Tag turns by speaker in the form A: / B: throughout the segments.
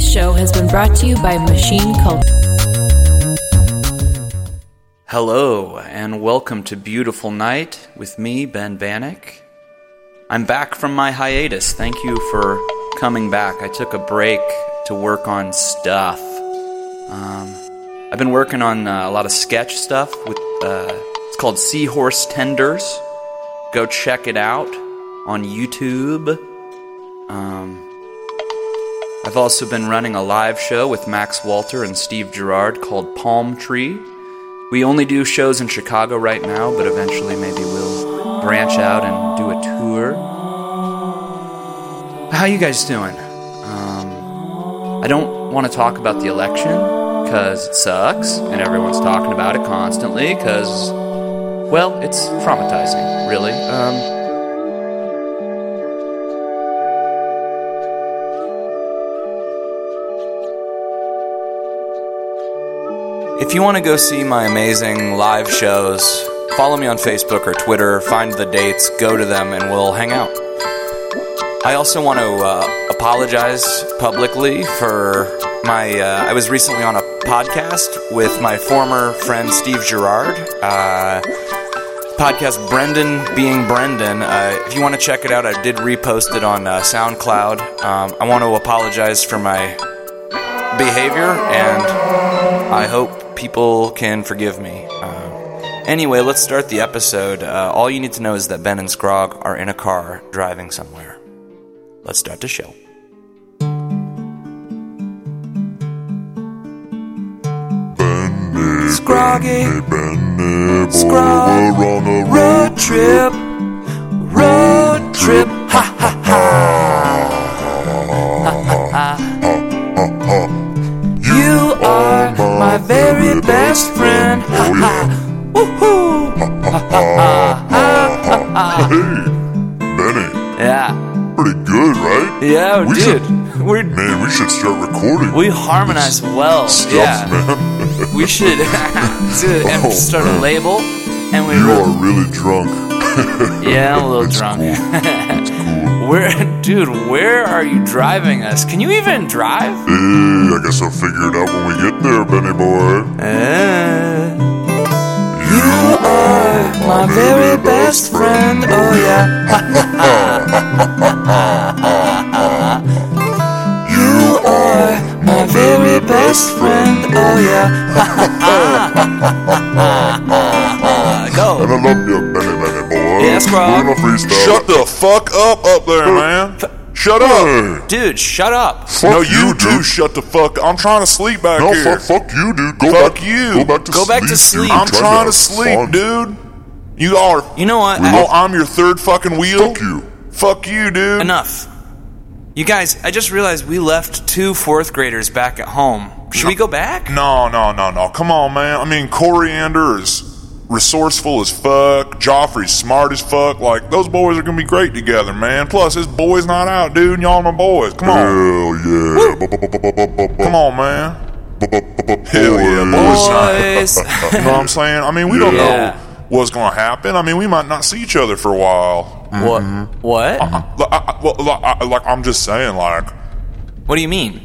A: show has been brought to you by Machine Culture.
B: Hello, and welcome to Beautiful Night with me, Ben Bannock. I'm back from my hiatus. Thank you for coming back. I took a break to work on stuff. Um, I've been working on uh, a lot of sketch stuff with uh, it's called Seahorse Tenders. Go check it out on YouTube. Um, I've also been running a live show with Max Walter and Steve Gerard called Palm Tree. We only do shows in Chicago right now, but eventually maybe we'll branch out and do a tour. How you guys doing? Um, I don't want to talk about the election because it sucks and everyone's talking about it constantly because, well, it's traumatizing, really. Um, If you want to go see my amazing live shows, follow me on Facebook or Twitter, find the dates, go to them, and we'll hang out. I also want to uh, apologize publicly for my. Uh, I was recently on a podcast with my former friend Steve Gerard. Uh, podcast Brendan Being Brendan. Uh, if you want to check it out, I did repost it on uh, SoundCloud. Um, I want to apologize for my behavior and I hope people can forgive me. Uh, anyway, let's start the episode. Uh, all you need to know is that Ben and Scrog are in a car driving somewhere. Let's start the show.
C: Scroggy,
D: Benny, boy,
C: Scrog.
D: we're on a road
C: road trip, road trip, ha ha ha. You are my very best friend,
D: Oh,
C: ha ha. Woohoo!
D: Benny.
B: Yeah.
D: Pretty good, right?
B: Yeah,
D: We
B: dude.
D: should-
B: We're,
D: Man, we should start recording.
B: we harmonize well.
D: Stuff,
B: Yeah.
D: man.
B: We should do it and
D: Oh,
B: start a
D: man.
B: label. And we
D: you
B: were-
D: are really drunk.
B: Yeah, I'm a little
D: It's
B: drunk.
D: cool.
B: Where, dude, where are you driving us? Can you even drive?
D: Hey, I guess I'll figure it out when we get there, Benny boy.
B: Uh,
C: You are my very best friend, oh yeah. Ha, ha, ha. You are my very best friend, oh yeah.
B: uh, go.
D: And I love you, Benny, Benny boy.
B: Yeah, Scrog.
D: We're on a freestyle.
E: Shut the fuck up up there, man. Shut up.
B: Dude, shut up.
D: Fuck
E: No, you do
D: dude.
E: shut the fuck. I'm trying to sleep back
D: No,
E: here.
D: fuck, fuck you, dude. Go
E: Fuck
D: back.
E: you.
D: Go back to
B: Go
D: sleep.
B: back to sleep.
D: Dude.
E: I'm trying
D: have
E: to sleep,
D: fun.
E: dude. You are.
B: You know what?
E: oh, I'm your third fucking wheel.
D: Fuck you.
E: Fuck you, dude.
B: Enough. You guys, I just realized we left two fourth graders back at home. Should we go back?
E: No, no, no, no. Come on, man. I mean, Coriander is resourceful as fuck. Joffrey's smart as fuck. Like those boys are gonna be great together, man. Plus, his boy's not out, dude. And y'all my boys. Come on.
D: Hell yeah. Come
E: Come on, man.
D: Hell
E: Hell yeah, boys.
B: Boys.
E: You know what I'm saying? I mean, we don't
B: Yeah.
E: know what's going to happen. I mean, we might not see each other for a while.
D: Mm-hmm.
B: what? What?
D: Uh-huh.
E: Like, I, I- well, like, I, like, I'm just saying, like,
B: What do you mean?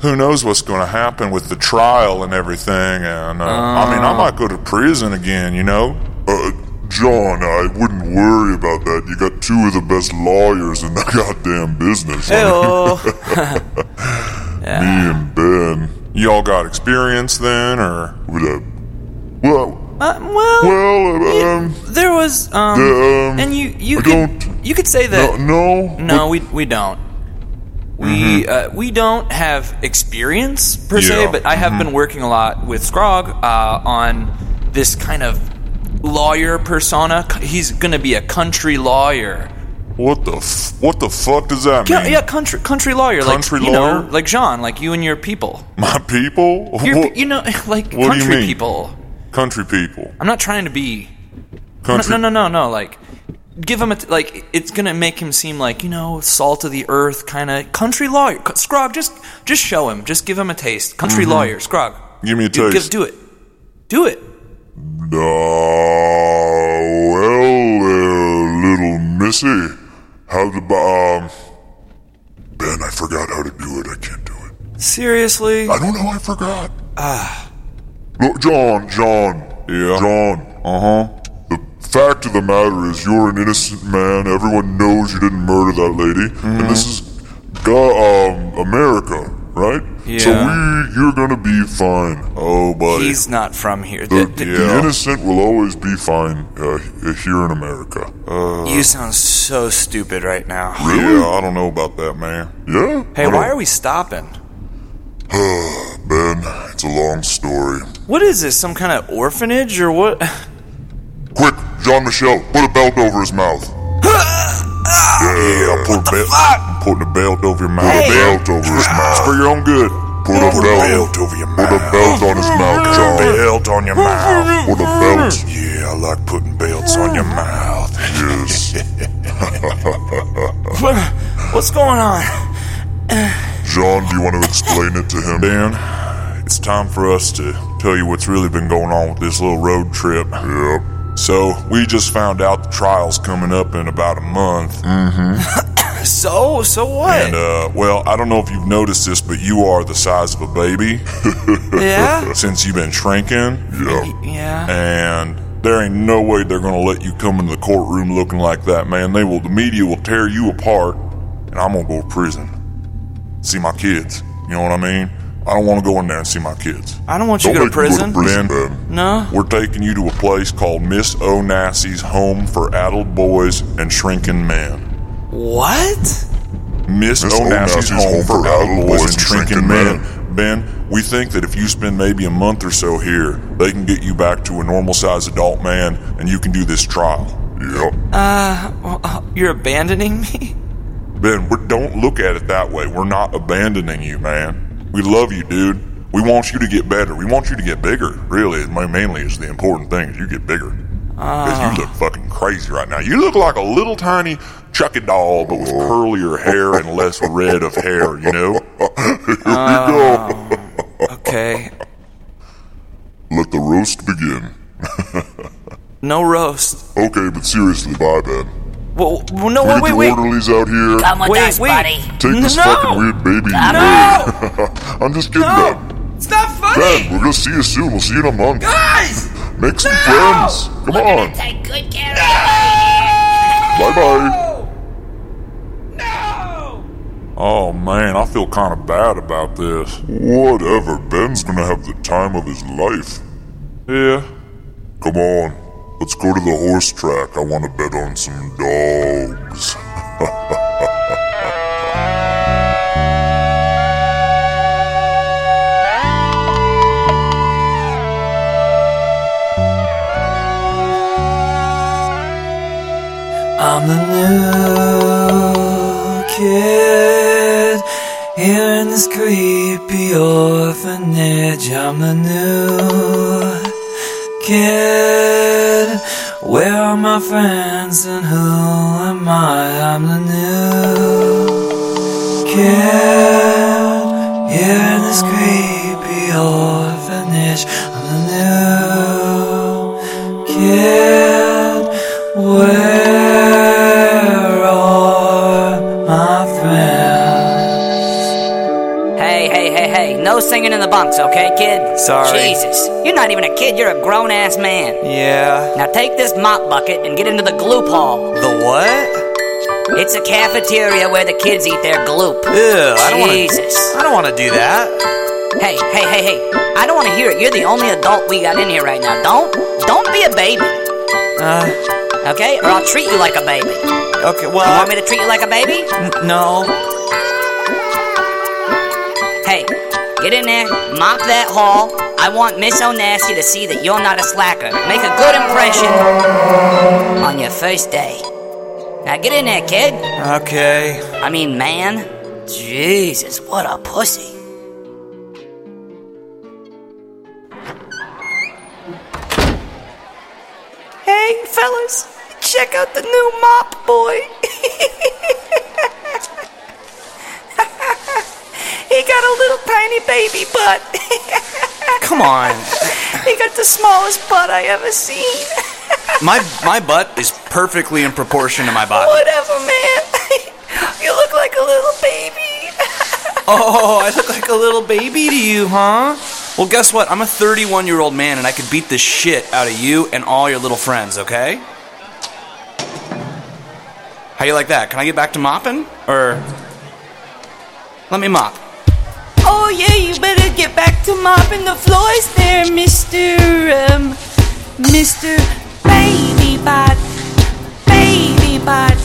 E: who knows what's going to happen with the trial and everything? And uh, I mean, I might go to prison again. You know?
D: Uh, John, I wouldn't worry about that. You got two of the best lawyers in the goddamn business. I mean,
B: Heyo.
D: me and Ben.
E: Y'all got experience then, or
D: Would have, well,
B: Uh, well,
D: well, um,
B: there was um,
D: Yeah, um,
B: and you you
D: I
B: could
D: don't-
B: you could say
D: no,
B: that.
D: no,
B: No, we we don't. We uh, we don't have experience per se,
E: Mm-hmm. Yeah. Mm-hmm.
B: but I have been working a lot with Scrog uh, on this kind of lawyer persona. He's going to be a country lawyer.
E: what the f- what the fuck does that
B: Yeah,
E: mean?
B: yeah, country country lawyer,
E: Mm-hmm. Country
B: like you
E: lawyer?
B: know, like Jean, like you and your people.
E: My people,
B: Your,
E: What-
B: you know, like
E: what do you
B: country
E: mean?
B: people.
E: country people,
B: I'm not trying to be. No,
E: country.
B: no, no, no, no. Like, give him a t- like. It's gonna make him seem like you know, salt of the earth kind of country lawyer. C- Scrog, just just show him. Just give him a taste. Country lawyer, Scrog.
E: Give me a
B: Dude,
E: taste.
B: Give, do it. Do it.
D: no. uh, Well, there, little missy, how the, um, Ben, I forgot how to do it. I can't do it.
B: Seriously?
D: I don't know. I forgot. Ah. Look, John, John.
E: Yeah.
D: John.
E: Uh huh.
D: The fact of the matter is, you're an innocent man. Everyone knows you didn't murder that lady, and this is,
E: Mm-hmm.
D: go- um, America, right? So
B: Yeah.
D: we, you're gonna be fine. Oh, buddy.
B: He's not from here.
D: the,
B: Th- th-
D: the innocent will always be fine uh, here in America.
B: You sound so stupid right now.
E: Uh, Yeah, I don't know about that, man.
D: Yeah.
B: Hey, why are we stopping?
D: Ben, it's a long story.
B: What is this? Some kind of orphanage or what?
D: Quick, John Michel, put a belt over his mouth.
E: Yeah, put a belt. Putting a belt over your mouth.
D: Put a belt over his
E: It's
D: mouth.
E: for your own good.
D: Put a belt.
E: belt over your
D: Put
E: mouth.
D: a belt on his mouth, John.
E: Belt on your mouth.
D: Put a belt.
E: Yeah, I like putting belts on your mouth.
D: Yes.
B: What- What's going on?
D: John, do you want to explain it to him?
E: Ben, it's time for us to tell you what's really been going on with this little road trip.
D: Yep.
E: So, we just found out the trial's coming up in about a month.
B: So, so what?
E: And, uh, well, I don't know if you've noticed this, but you are the size of a baby
B: yeah?
E: since you've been shrinking.
D: Yeah.
B: Yeah.
E: And there ain't no way they're gonna let you come into the courtroom looking like that, man. They will, the media will tear you apart, and I'm gonna go to prison. See my kids. You know what I mean? I don't wanna go in there and see my kids.
B: I don't want you to go
D: Don't
B: to
D: make
B: prison.
D: him go to prison,
E: Then-
D: Ben.
B: No?
E: We're taking you to a place called Miss O'Nassie's Home for Adult Boys and Shrinking Men.
B: What?
D: Miss
E: Miss O'Nassie's Home for Adult Boys and Shrinking Men.
D: Men.
E: Ben, we think that if you spend maybe a month or so here, they can get you back to a normal sized adult man and you can do this trial.
D: Yep.
B: Well, uh, You're abandoning me?
E: Ben, we don't look at it that way. We're not abandoning you, man. We love you, dude. We want you to get better. We want you to get bigger. Really, ma- mainly is the important thing. Is you get bigger. 'Cause you look fucking crazy right now. You look like a little tiny Chucky doll, but with curlier hair and less red of hair. You know?
B: Oh. Okay.
D: Let the roast begin.
B: No roast.
D: Okay, but seriously, bye, Ben.
B: Well, well no,
D: We
B: wait,
D: get
B: wait,
D: the
B: wait.
D: orderlies out here.
F: Come with
B: Wait,
F: us,
B: wait.
F: buddy.
D: Take this
B: No!
D: fucking weird baby.
F: I
D: away. I'm just kidding, Ben.
B: No! It's not
D: Ben,
B: funny!
D: we're gonna see you soon. We'll see you in a month.
B: Guys!
D: Make some
B: No!
D: friends. Come
F: We're
D: on.
F: gonna take good care of you.
D: Bye bye.
B: No!
E: Oh man, I feel kind of bad about this.
D: Whatever. Ben's gonna have the time of his life.
E: Yeah.
D: Come on. Let's go to the horse track. I want to bet on some dogs.
C: I'm the new kid here in this creepy orphanage. I'm the new kid. Where are my friends and who am I? I'm the new kid here in this creepy orphanage. I'm the new kid. Where are my friends?
F: Hey, hey, hey, hey. No singing in the bunks, okay, kid?
B: Sorry.
F: Jesus. You're not even a kid, you're a grown ass man.
B: Yeah.
F: Now take this mop bucket and get into the gloop hall.
B: The what?
F: It's a cafeteria where the kids eat their gloop.
B: Ew, I don't want
F: Jesus.
B: to. I don't want to do that.
F: Hey, hey, hey, hey. I don't want to hear it. You're the only adult we got in here right now. Don't, don't be a baby,
B: Uh,
F: okay? Or I'll treat you like a baby. You
B: okay, well.
F: want me to treat you like a baby?
B: N- no.
F: Hey, get in there, mop that hall. I want Miss O'Nasty to see that you're not a slacker. Make a good impression on your first day. Now get in there, kid.
B: Okay.
F: I mean, man. Jesus, what a pussy.
G: Hey, fellas, check out the new mop boy. he got a little tiny baby butt.
B: Come on.
G: he got the smallest butt I ever seen.
B: My my butt is perfectly in proportion to my body.
G: Whatever, man. you look like a little baby.
B: Oh, I look like a little baby to you, huh? Well, guess what? I'm a 31 year old man and I could beat the shit out of you and all your little friends, okay? How you like that? Can I get back to mopping? Or. Let me mop.
G: Oh yeah, you better get back to mopping the floors there, Mister um, Mister Baby Bot, Baby Bot,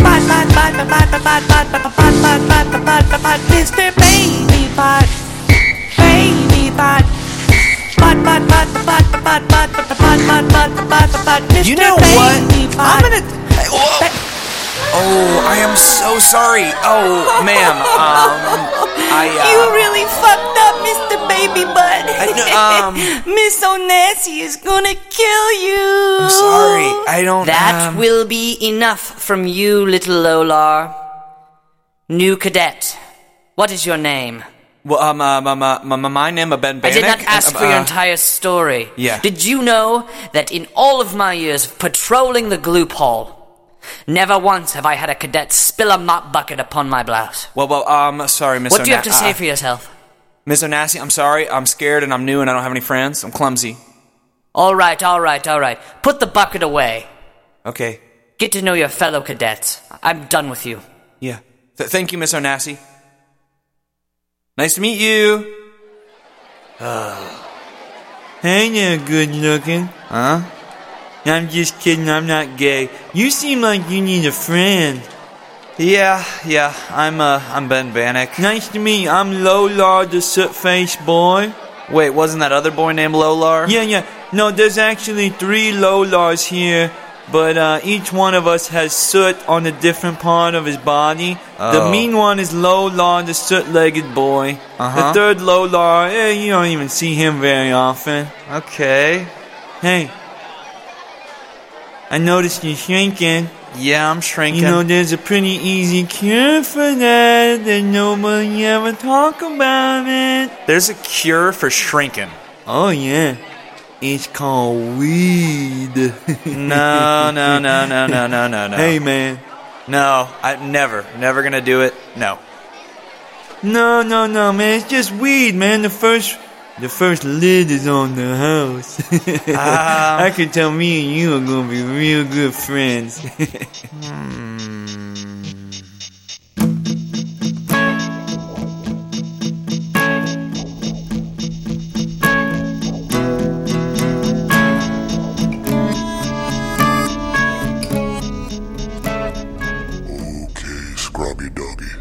G: Bot Bot Bot Bot Bot Bot Bot Bot Bot Bot Bot Bot Bot Bot Bot Mister Baby Bot, Baby Bot. Bot, bot, bot, bot, bot, bot, bot, bot, bot, bot, bot, bot, Mr.
B: You know what?
G: Baby
B: I'm
G: Bot.
B: gonna. Whoa. Oh, I am so sorry. Oh, ma'am. Um, I. Uh,
G: You really fucked up, Mr. Baby Butt.
B: I know, um,
G: Miss Onassi is gonna kill you.
B: I'm sorry. I don't.
F: That
B: um,
F: will be enough from you, little Lolar. New cadet. What is your name?
B: Well, um, um, um, uh, my, my- my name is Ben Bannock.
F: I did not
B: and,
F: ask
B: um,
F: for your
B: uh,
F: entire story.
B: yeah.
F: Did you know that in all of my years of patrolling the gloop hall, never once have I had a cadet spill a mop bucket upon my blouse?
B: Well, well, um, sorry, Miss.
F: What do you have
B: Ona-
F: to say
B: uh,
F: for yourself?
B: Miss Onassi? I'm sorry. I'm scared and I'm new and I don't have any friends. I'm clumsy.
F: All right, all right, all right. Put the bucket away.
B: Okay.
F: Get to know your fellow cadets. I'm done with you.
B: Yeah. Th- thank you, Miss Onassi. Nice to meet you.
H: Uh, Hey there, good looking.
B: Huh?
H: I'm just kidding, I'm not gay. You seem like you need a friend.
B: Yeah, yeah. I'm uh, I'm Ben Bannock.
H: Nice to meet you, I'm Lola the soot faced boy.
B: Wait, wasn't that other boy named Lolar?
H: Yeah, yeah. No, there's actually three Lolars here, but uh, each one of us has soot on a different part of his body.
B: Oh.
H: The mean one is Lolar the soot legged boy.
B: Uh-huh.
H: The third Lolar, eh, you don't even see him very often.
B: Okay.
H: Hey, I noticed you're shrinking.
B: Yeah, I'm shrinking.
H: You know, there's a pretty easy cure for that, and nobody ever talk about it.
B: There's a cure for shrinking.
H: Oh yeah, it's called weed.
B: No, no, no, no, no, no, no, no.
H: Hey man,
B: No, I'm never, never gonna do it. No.
H: no, no, no, man, it's just weed, man. The first, the first lid is on the house. I can tell me and you are gonna be real good friends.
D: Okay, Scrubby Doggy.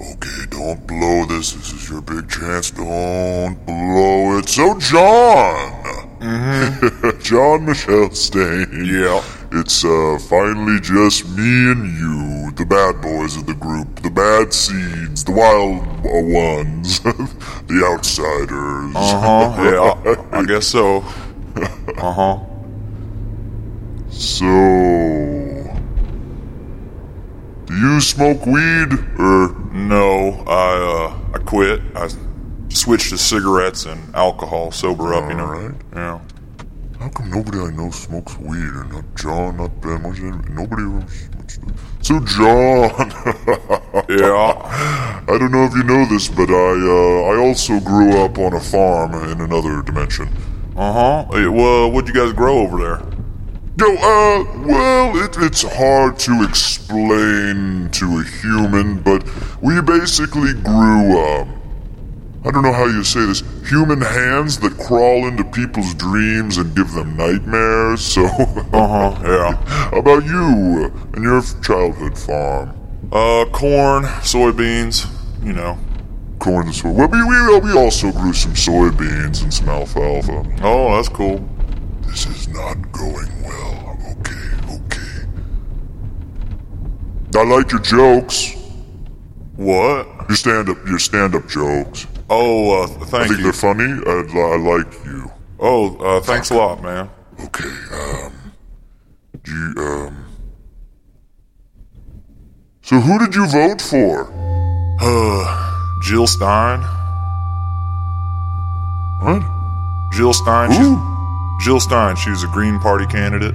D: Okay, don't blow this. This is your big chance. Don't blow it. So, John. John Michelle Stain.
E: Mm-hmm. Yeah.
D: It's uh, finally just me and you, the bad boys of the group, the bad seeds, the wild uh, ones, the outsiders.
E: Uh
D: Uh-huh.
E: huh. Yeah. I, I guess so. Uh huh.
D: So, do you smoke weed or
E: No, I uh, I quit. I switched to cigarettes and alcohol. Sober up, you know.
D: Alright.
E: Yeah.
D: uh, How come nobody I know smokes weed? And not John, not Ben, what's that? nobody ever smokes weed. So John,
E: Yeah.
D: I don't know if you know this, but I uh, I also grew up on a farm in another dimension.
E: Uh huh. Well, what'd you guys grow over there?
D: Yo, uh, well, it, it's hard to explain to a human, but we basically grew, um, I don't know how you say this, human hands that crawl into people's dreams and give them nightmares, so.
E: Uh huh. Yeah.
D: How about you and your childhood farm?
E: Uh, corn, soybeans. You know.
D: Corn and soy. Well, we, we, we also grew some soybeans and some alfalfa.
E: Oh, that's cool.
D: This is not going well. Okay, okay. I like your jokes.
E: What?
D: Your stand up, your stand up jokes.
E: Oh, uh,
D: I
E: thank
D: think
E: you.
D: they're funny. I, li- I like you.
E: Oh, uh, thanks a lot, man.
D: Okay, um, do you, um. So who did you vote for?
E: Uh, Jill Stein.
D: What?
E: Jill Stein.
D: Who?
E: She's, Jill Stein. She was a Green Party candidate.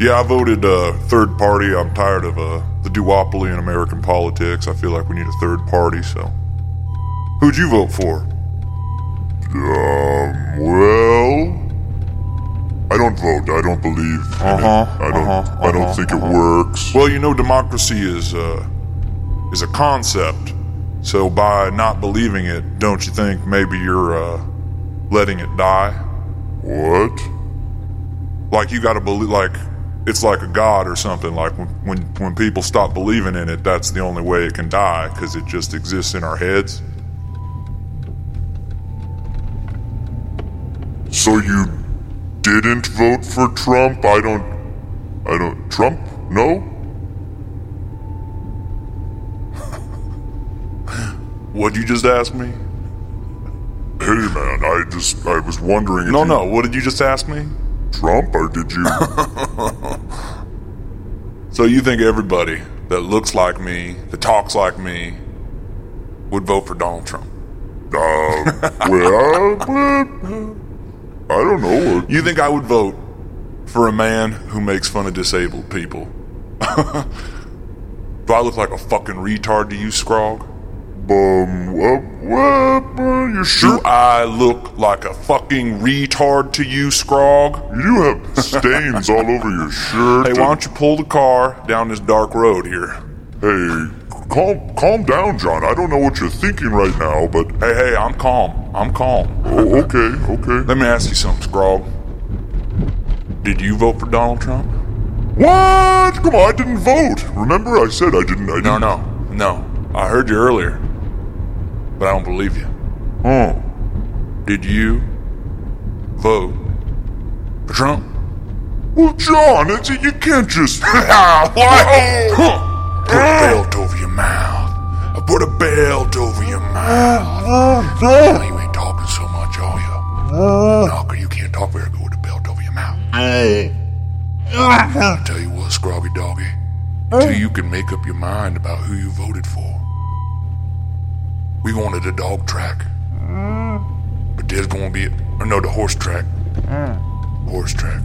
E: Yeah, I voted uh, third party. I'm tired of uh, the duopoly in American politics. I feel like we need a third party, so. Who'd you vote for?
D: Um, well. I don't vote. I don't believe. in it.
E: Uh-huh,
D: I don't.
E: uh-huh,
D: I don't
E: uh-huh,
D: think
E: uh-huh.
D: it works.
E: Well, you know, democracy is uh, is a concept. So by not believing it, don't you think maybe you're uh, letting it die?
D: What?
E: Like you got to believe, like it's like a god or something. Like when, when when people stop believing in it, that's the only way it can die because it just exists in our heads.
D: So you didn't vote for Trump? I don't. I don't. Trump? No?
E: What you just ask me?
D: Hey man, I just. I was wondering if.
E: No,
D: you-
E: no. What did you just ask me?
D: Trump or did you?
E: So you think everybody that looks like me, that talks like me, would vote for Donald Trump?
D: uh, well, well, I don't know.
E: You think I would vote for a man who makes fun of disabled people? Do I look like a fucking retard to you, Scrog?
D: Um, uh, well, well, well, you
E: Do
D: sure?
E: I look like a fucking retard to you, Scrog?
D: You do have stains all over your shirt.
E: Hey, why don't you pull the car down this dark road here?
D: and- Hey, calm, calm down, John. I don't know what you're thinking right now, but
E: Hey, hey, I'm calm. I'm calm.
D: oh, okay, okay.
E: Let me ask you something, Scrog. Did you vote for Donald Trump?
D: What? Come on, I didn't vote. Remember, I said I didn't. I didn't.
E: No, no, no. I heard you earlier, but I don't believe you.
D: Oh,
E: Did you vote for Trump?
D: well, John, it's, you can't just.
E: what? Put a belt over your mouth. I put a belt over your mouth. Now you ain't talking so much, are you? No, 'cause you can't talk very good with a belt over your mouth. I'll tell you what, Scroggy Doggy. Till you can make up your mind about who you voted for. We wanted a dog track. But there's gonna be, or no, the horse track. Horse track.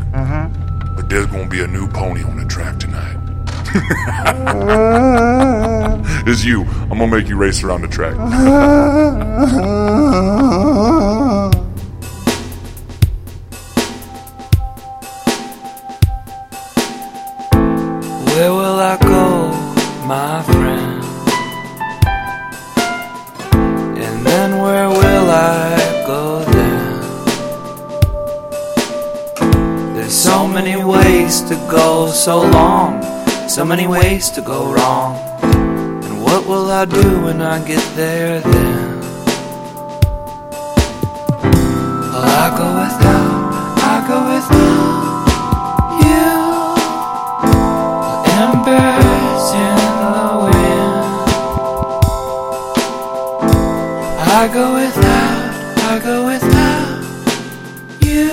E: But there's gonna be a new pony on the track tonight. It's you. I'm gonna make you race around the track.
C: Where will I go, my friend? And then where will I go then? There's so many ways to go so long, so many ways to go wrong. And what will I do when I get there then? Well, I go without, I go without you. Embers in the wind. I go without, I go without you.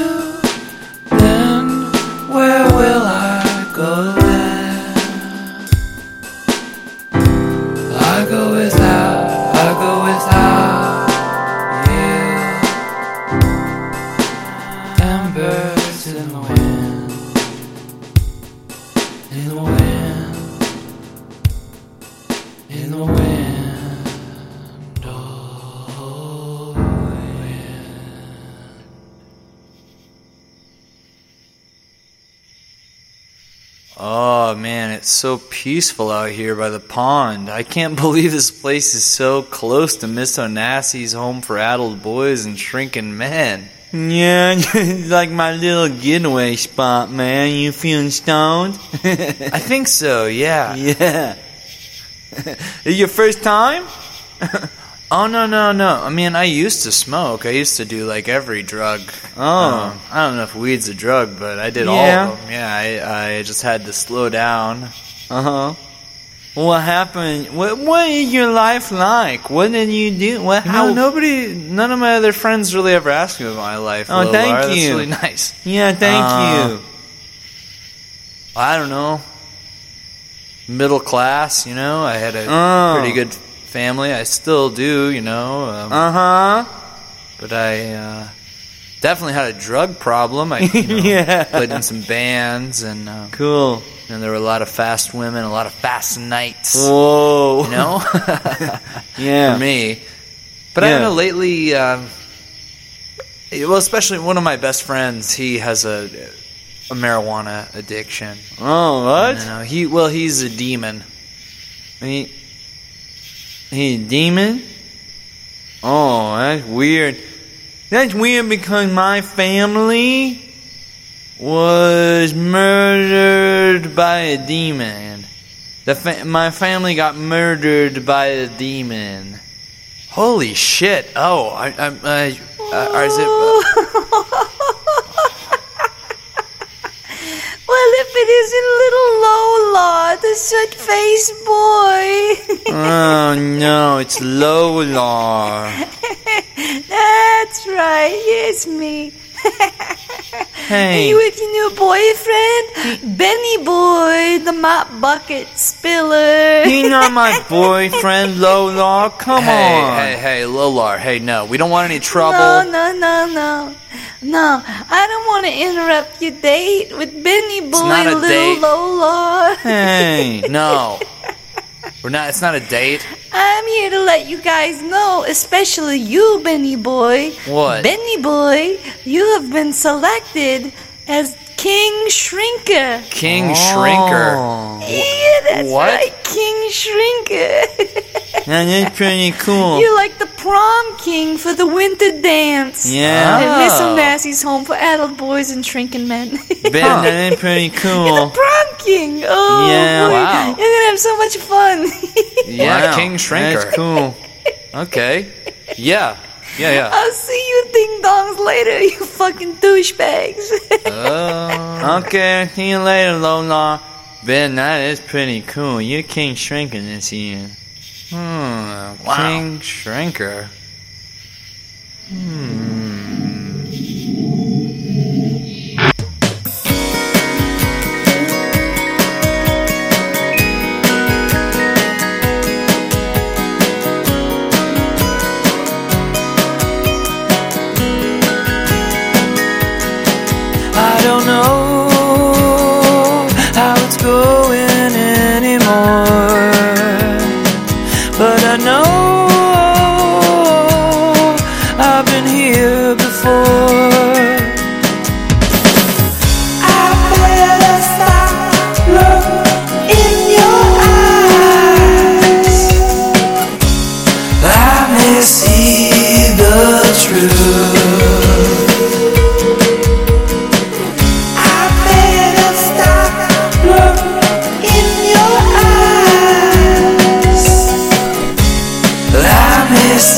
C: Then where will I go then? I go without, I go without you. Embers in the wind in the wind, in the wind, oh, wind.
H: Oh man, it's so peaceful out here by the pond. I can't believe this place is so close to Miss O'Nassie's home for adult boys and shrinking men. Yeah, it's like my little getaway spot, man. You feeling stoned?
B: I think so, yeah.
H: yeah. Is your first time?
B: Oh, no, no, no. I mean, I used to smoke. I used to do like every drug.
H: Oh.
B: Um, I don't know if weed's a drug, but I did
H: Yeah.
B: all of them. Yeah, I, I just had to slow down.
H: Uh huh. What happened? What What is your life like? What did you do? What?
B: You
H: how?
B: know, nobody, none of my other friends really ever asked me about my life.
H: Oh,
B: Lil
H: thank
B: Lar. That's
H: you.
B: really nice.
H: Yeah, thank
B: Uh,
H: you. I don't know.
B: Middle class, you know. I had a
H: Oh.
B: pretty good
H: Uh-huh.
B: family. I still do, you know. Um,
H: Uh huh.
B: but I, uh, definitely had a drug problem. I you know,
H: Yeah.
B: played in some bands, and uh,
H: Cool.
B: you know, there were a lot of fast women, a lot of fast nights.
H: Whoa.
B: You know,
H: Yeah.
B: for me. But I
H: Yeah.
B: don't know. Lately, um, eh, well, especially one of my best friends, he has a a marijuana addiction.
H: Oh,
B: I
H: what?
B: don't know. He well, he's a demon.
H: He, he a demon? Oh, that's weird. That's weird because my family was murdered by a demon. The fa- my family got murdered by a demon.
B: Holy shit! Oh, I, I, I, uh, or is it?
G: Well, if it isn't little Lola, the soot faced boy.
H: oh no, it's Lola.
G: That's right, yes, me.
H: Hey.
G: You with your new boyfriend? Benny Boy, the mop bucket spiller.
H: You're not my boyfriend, Lola. Come
B: Hey,
H: on.
B: hey, hey, Lolar. Hey, no, we don't want any trouble.
G: No, no, no, no. No, I don't want to interrupt your date with Benny Boy,
B: not a
G: little
B: date.
G: Lola.
H: Hey.
B: No. We're not. It's not a date.
G: I'm here to let you guys know, especially you, Benny Boy.
B: What?
G: Benny Boy, you have been selected as King Shrinker.
B: King Shrinker.
H: Oh.
G: Yeah, that's
B: what?
G: right, King Shrinker.
H: That is pretty cool.
G: You're like the prom king for the winter dance.
H: yeah.
G: And Miss
B: Oh.
G: Onassis home for adult boys and shrinking men.
H: Ben, that is pretty
G: You're the
H: cool.
G: prom king. Oh,
H: Yeah.
G: boy.
B: Wow.
G: You're gonna have so much fun.
B: Yeah,
H: Wow,
B: King Shrinker.
H: That's cool.
B: Okay. Yeah. Yeah, yeah.
G: I'll see you ding dongs later, you fucking douchebags.
H: Okay, see you later, Lola. Ben, that is pretty cool. You're King Shrinker this year. Hmm, King Shrinker. I don't know how it's going anymore. But I know I've been here before.
I: I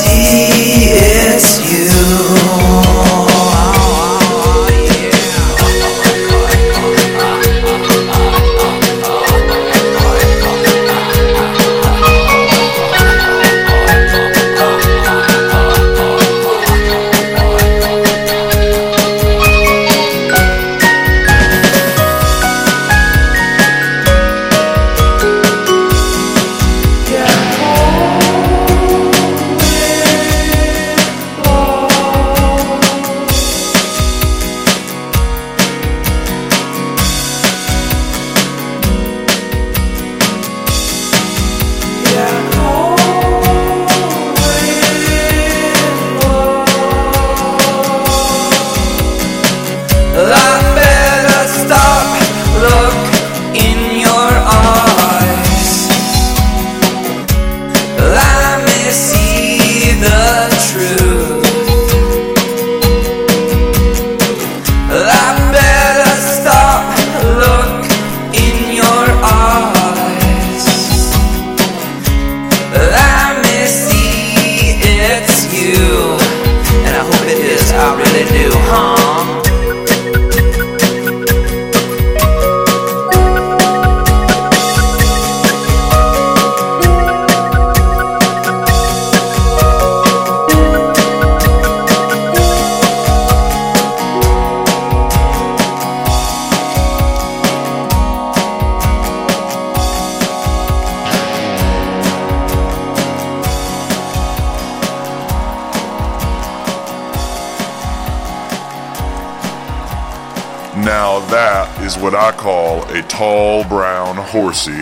E: is what I call a tall brown horsey.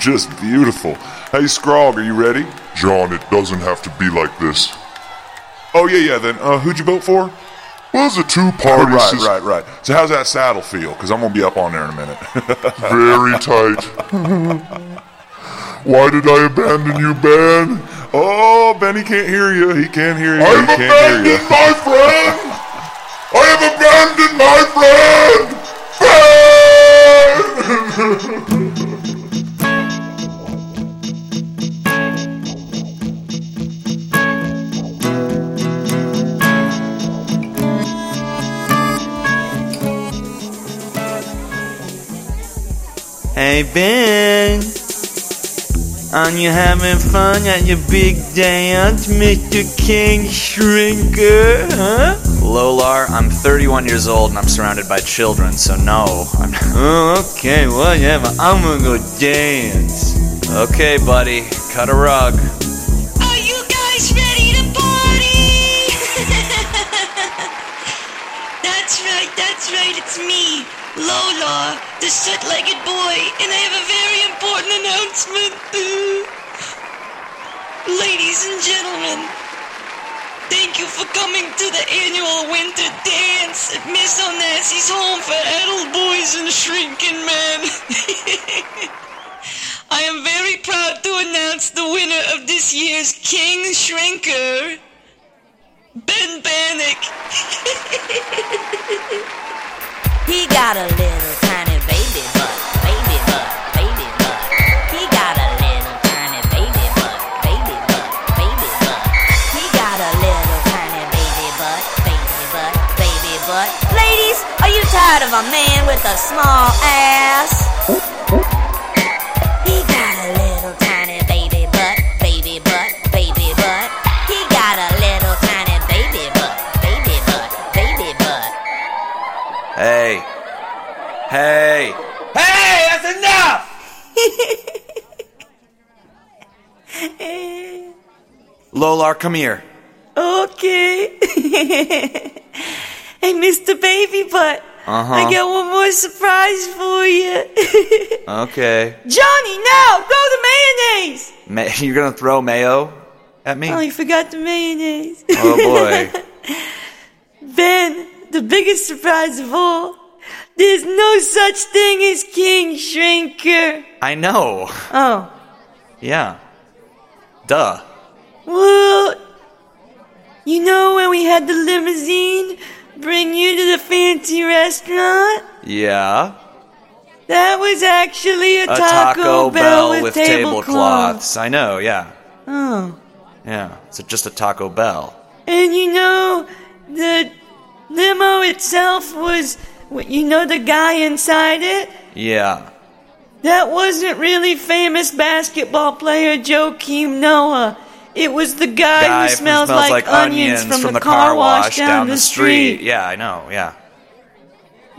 E: Just beautiful. Hey, Scrog, are you ready?
D: John, it doesn't have to be like this.
E: Oh, yeah, yeah, then uh, who'd you vote for?
D: Well, it's a
E: Oh,
D: two-party
E: right,
D: system.
E: right, right. So, how's that saddle feel? Because I'm going to be up on there in a minute.
D: Very tight. Why did I abandon you, Ben?
E: oh, Benny can't hear you. He can't hear you.
D: I
E: He
D: have
E: can't hear you.
D: abandoned my friend! I have abandoned my friend! Ben!
H: Hey Ben, are you having fun at your big dance, Mr. King Shrinker? Huh?
B: Lolar, I'm 31 years old and I'm surrounded by children, so no. I'm
H: Oh, okay, whatever. I'm gonna go dance.
B: okay, buddy. Cut a rug.
J: Are you guys ready to party? that's right, that's right, it's me, Lola, the soot legged boy, and I have a very important announcement. Ladies and gentlemen, thank you for coming to the annual winter dance at Miss O'Nassie's home for adult boys and shrinking men. I am very proud to announce the winner of this year's King Shrinker, Ben Bannock.
F: He got a little tiny baby butt, baby butt, baby butt. He got a little tiny baby butt, baby butt, baby butt. He got a little tiny baby butt, baby butt, baby butt. Ladies, are you tired of a man with a small ass? He got a little tiny baby butt, baby butt, baby butt. He got a little tiny baby butt, baby butt, baby butt.
K: Hey. Hey.
H: Hey, that's enough!
B: Lolar, come here.
G: Okay. hey, Mr. Baby Butt.
B: Uh-huh.
G: I got one more surprise for you.
B: Okay.
G: Johnny, now throw the mayonnaise.
B: Ma- you're gonna throw mayo at me?
G: Oh, you forgot the mayonnaise.
B: Oh, boy.
G: Ben, the biggest surprise of all. There's no such thing as King Shrinker.
B: I know.
G: Oh,
B: Yeah. Duh.
G: well, you know when we had the limousine bring you to the fancy restaurant?
B: Yeah.
G: That was actually a,
B: A Taco, Bell, with tablecloths. I know, yeah.
G: Oh,
B: Yeah. It's just a Taco Bell.
G: and you know the limo itself was, you know, the guy inside it.
B: Yeah.
G: That wasn't really famous basketball player Joakim Noah. It was the guy,
B: Guy
G: who
B: who
G: smells, like, onions, from, the, car wash down, the street.
B: Yeah, I know, yeah.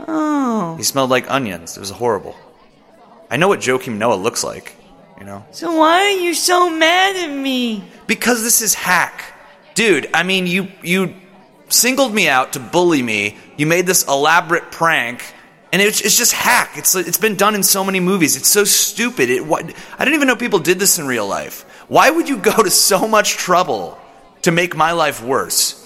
G: Oh,
B: He smelled like onions. It was horrible. I know what Joakim Noah looks like, you know?
G: so why are you so mad at me?
B: Because this is hack. Dude, I mean you you singled me out to bully me. You made this elaborate prank and it's, it's just hack. It's it's been done in so many movies. It's so stupid. It what I didn't even know people did this in real life. Why would you go to so much trouble to make my life worse?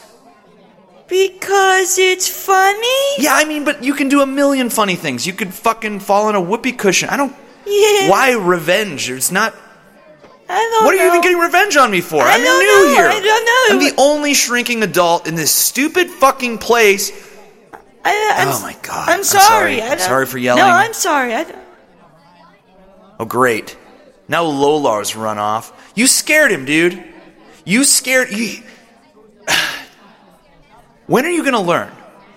G: Because it's funny?
B: Yeah, I mean, but you can do a million funny things. You could fucking fall on a whoopee cushion. I don't
G: Yeah.
B: Why revenge? It's not
G: I don't
B: What are you even
G: know.
B: getting revenge on me for?
G: I
B: I'm
G: don't
B: new
G: know.
B: here.
G: I don't know.
B: I'm the only shrinking adult in this stupid fucking place.
G: I, uh, I'm,
B: Oh
G: s-
B: my God.
G: I'm
B: I'm
G: sorry.
B: sorry.
G: I
B: I'm
G: don't-
B: sorry for yelling.
G: No, I'm sorry. I don't-
B: Oh, great. Now Lolar's run off. You scared him, dude. You scared. You... when are you gonna learn?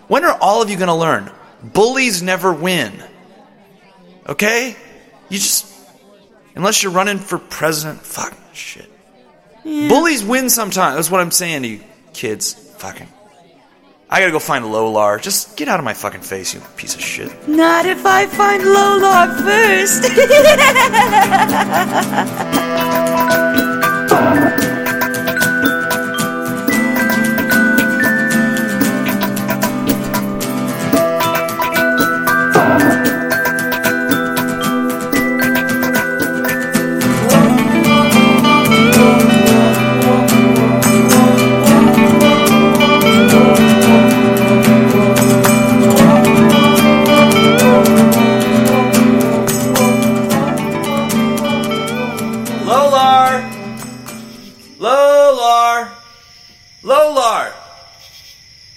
B: When are all of you gonna learn? Bullies never win. Okay? You just. Unless you're running for president. Fucking shit. Bullies win sometimes. That's what I'm saying to you kids. Fucking. I gotta go find Lolar. Just get out of my fucking face, you piece of shit.
G: Not if I find Lola first.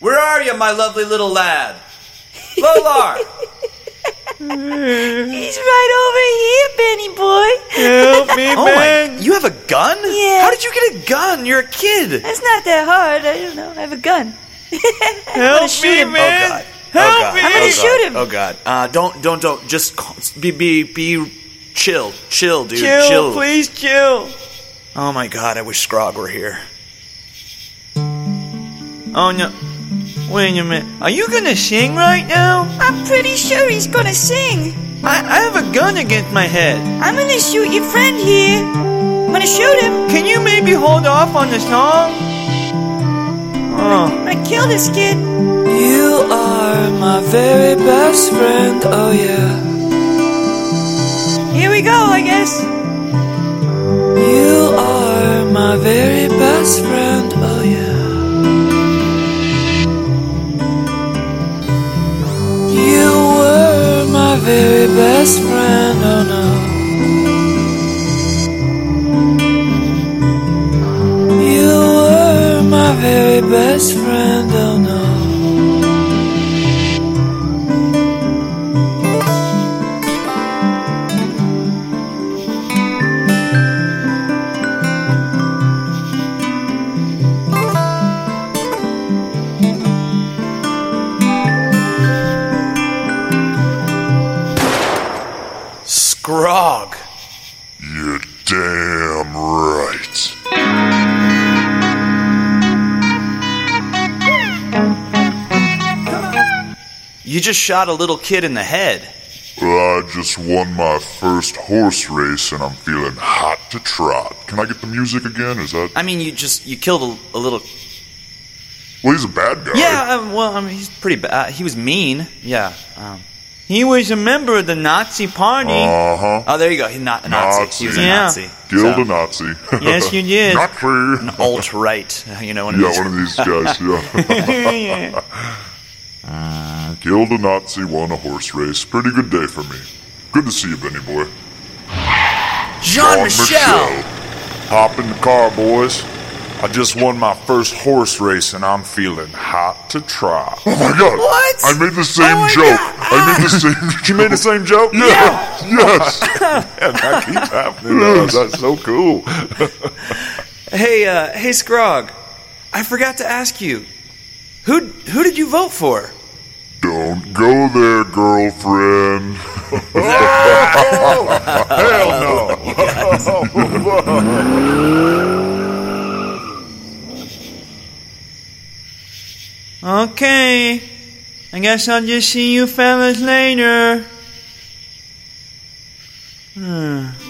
B: are you, my lovely little lad? Lolar!
G: He's right over here, Benny boy.
H: Help me,
B: Oh
H: man.
B: my, you have a gun?
G: Yeah.
B: How did you get a gun? You're a kid.
G: That's not that hard. I don't know. I have a gun.
H: Help
G: shoot
H: me,
G: him.
H: man.
B: God.
H: Help
B: oh, God.
H: me.
G: I'm gonna
B: oh, God.
G: shoot him.
B: Oh God! Uh, don't don't don't. Just cal- be be be chill, chill, dude,
H: Chill,
B: chill.
H: please chill.
B: Oh my God! I wish Scrog were here.
H: Oh no. Wait a minute. Are you gonna sing right now?
G: I'm pretty sure he's gonna sing.
H: I, I have a gun against my head.
G: I'm gonna shoot your friend here. I'm gonna shoot him.
H: Can you maybe hold off on the song? Oh,
G: I'm gonna kill this kid.
J: You are my very best friend, oh yeah.
G: Here we go, I guess.
J: You are my very best friend, oh yeah. You were my very best friend, oh no. You were my very best friend, oh no.
B: Scrog.
E: You're damn right.
B: You just shot a little kid in the head.
E: Well, I just won my first horse race and I'm feeling hot to trot. Can I get the music again? Is that.
B: I mean, you just you killed a, a little.
E: Well, he's a bad guy.
B: Yeah. Um, well, I mean, he's pretty bad. He was mean. Yeah. Um,
H: he was a member of the Nazi party.
E: Uh huh.
B: oh, there you go. He's not a Nazi. He was a
H: Nazi. Yeah.
B: Nazi.
E: Killed
B: So,
E: a Nazi.
H: Yes, you did.
E: Nazi.
B: alt right. You know. One of
E: yeah,
B: these-
E: one of these guys. Yeah. Killed a Nazi, won a horse race. Pretty good day for me. Good to see you, Benny boy.
B: Jean Michel.
L: Hop in the car, boys. I just won my first horse race and I'm feeling hot to trot.
E: Oh my god!
B: What?
E: I made the same
B: my
E: joke. I made the same.
L: You made the same joke?
E: Yeah. Yes.
L: Yeah, that keeps happening. to us. That's so cool.
B: Hey, uh, hey, Scrog. I forgot to ask you. Who who did you vote for?
E: Don't go there, girlfriend.
H: Okay. I guess I'll just see you fellas later. Hmm.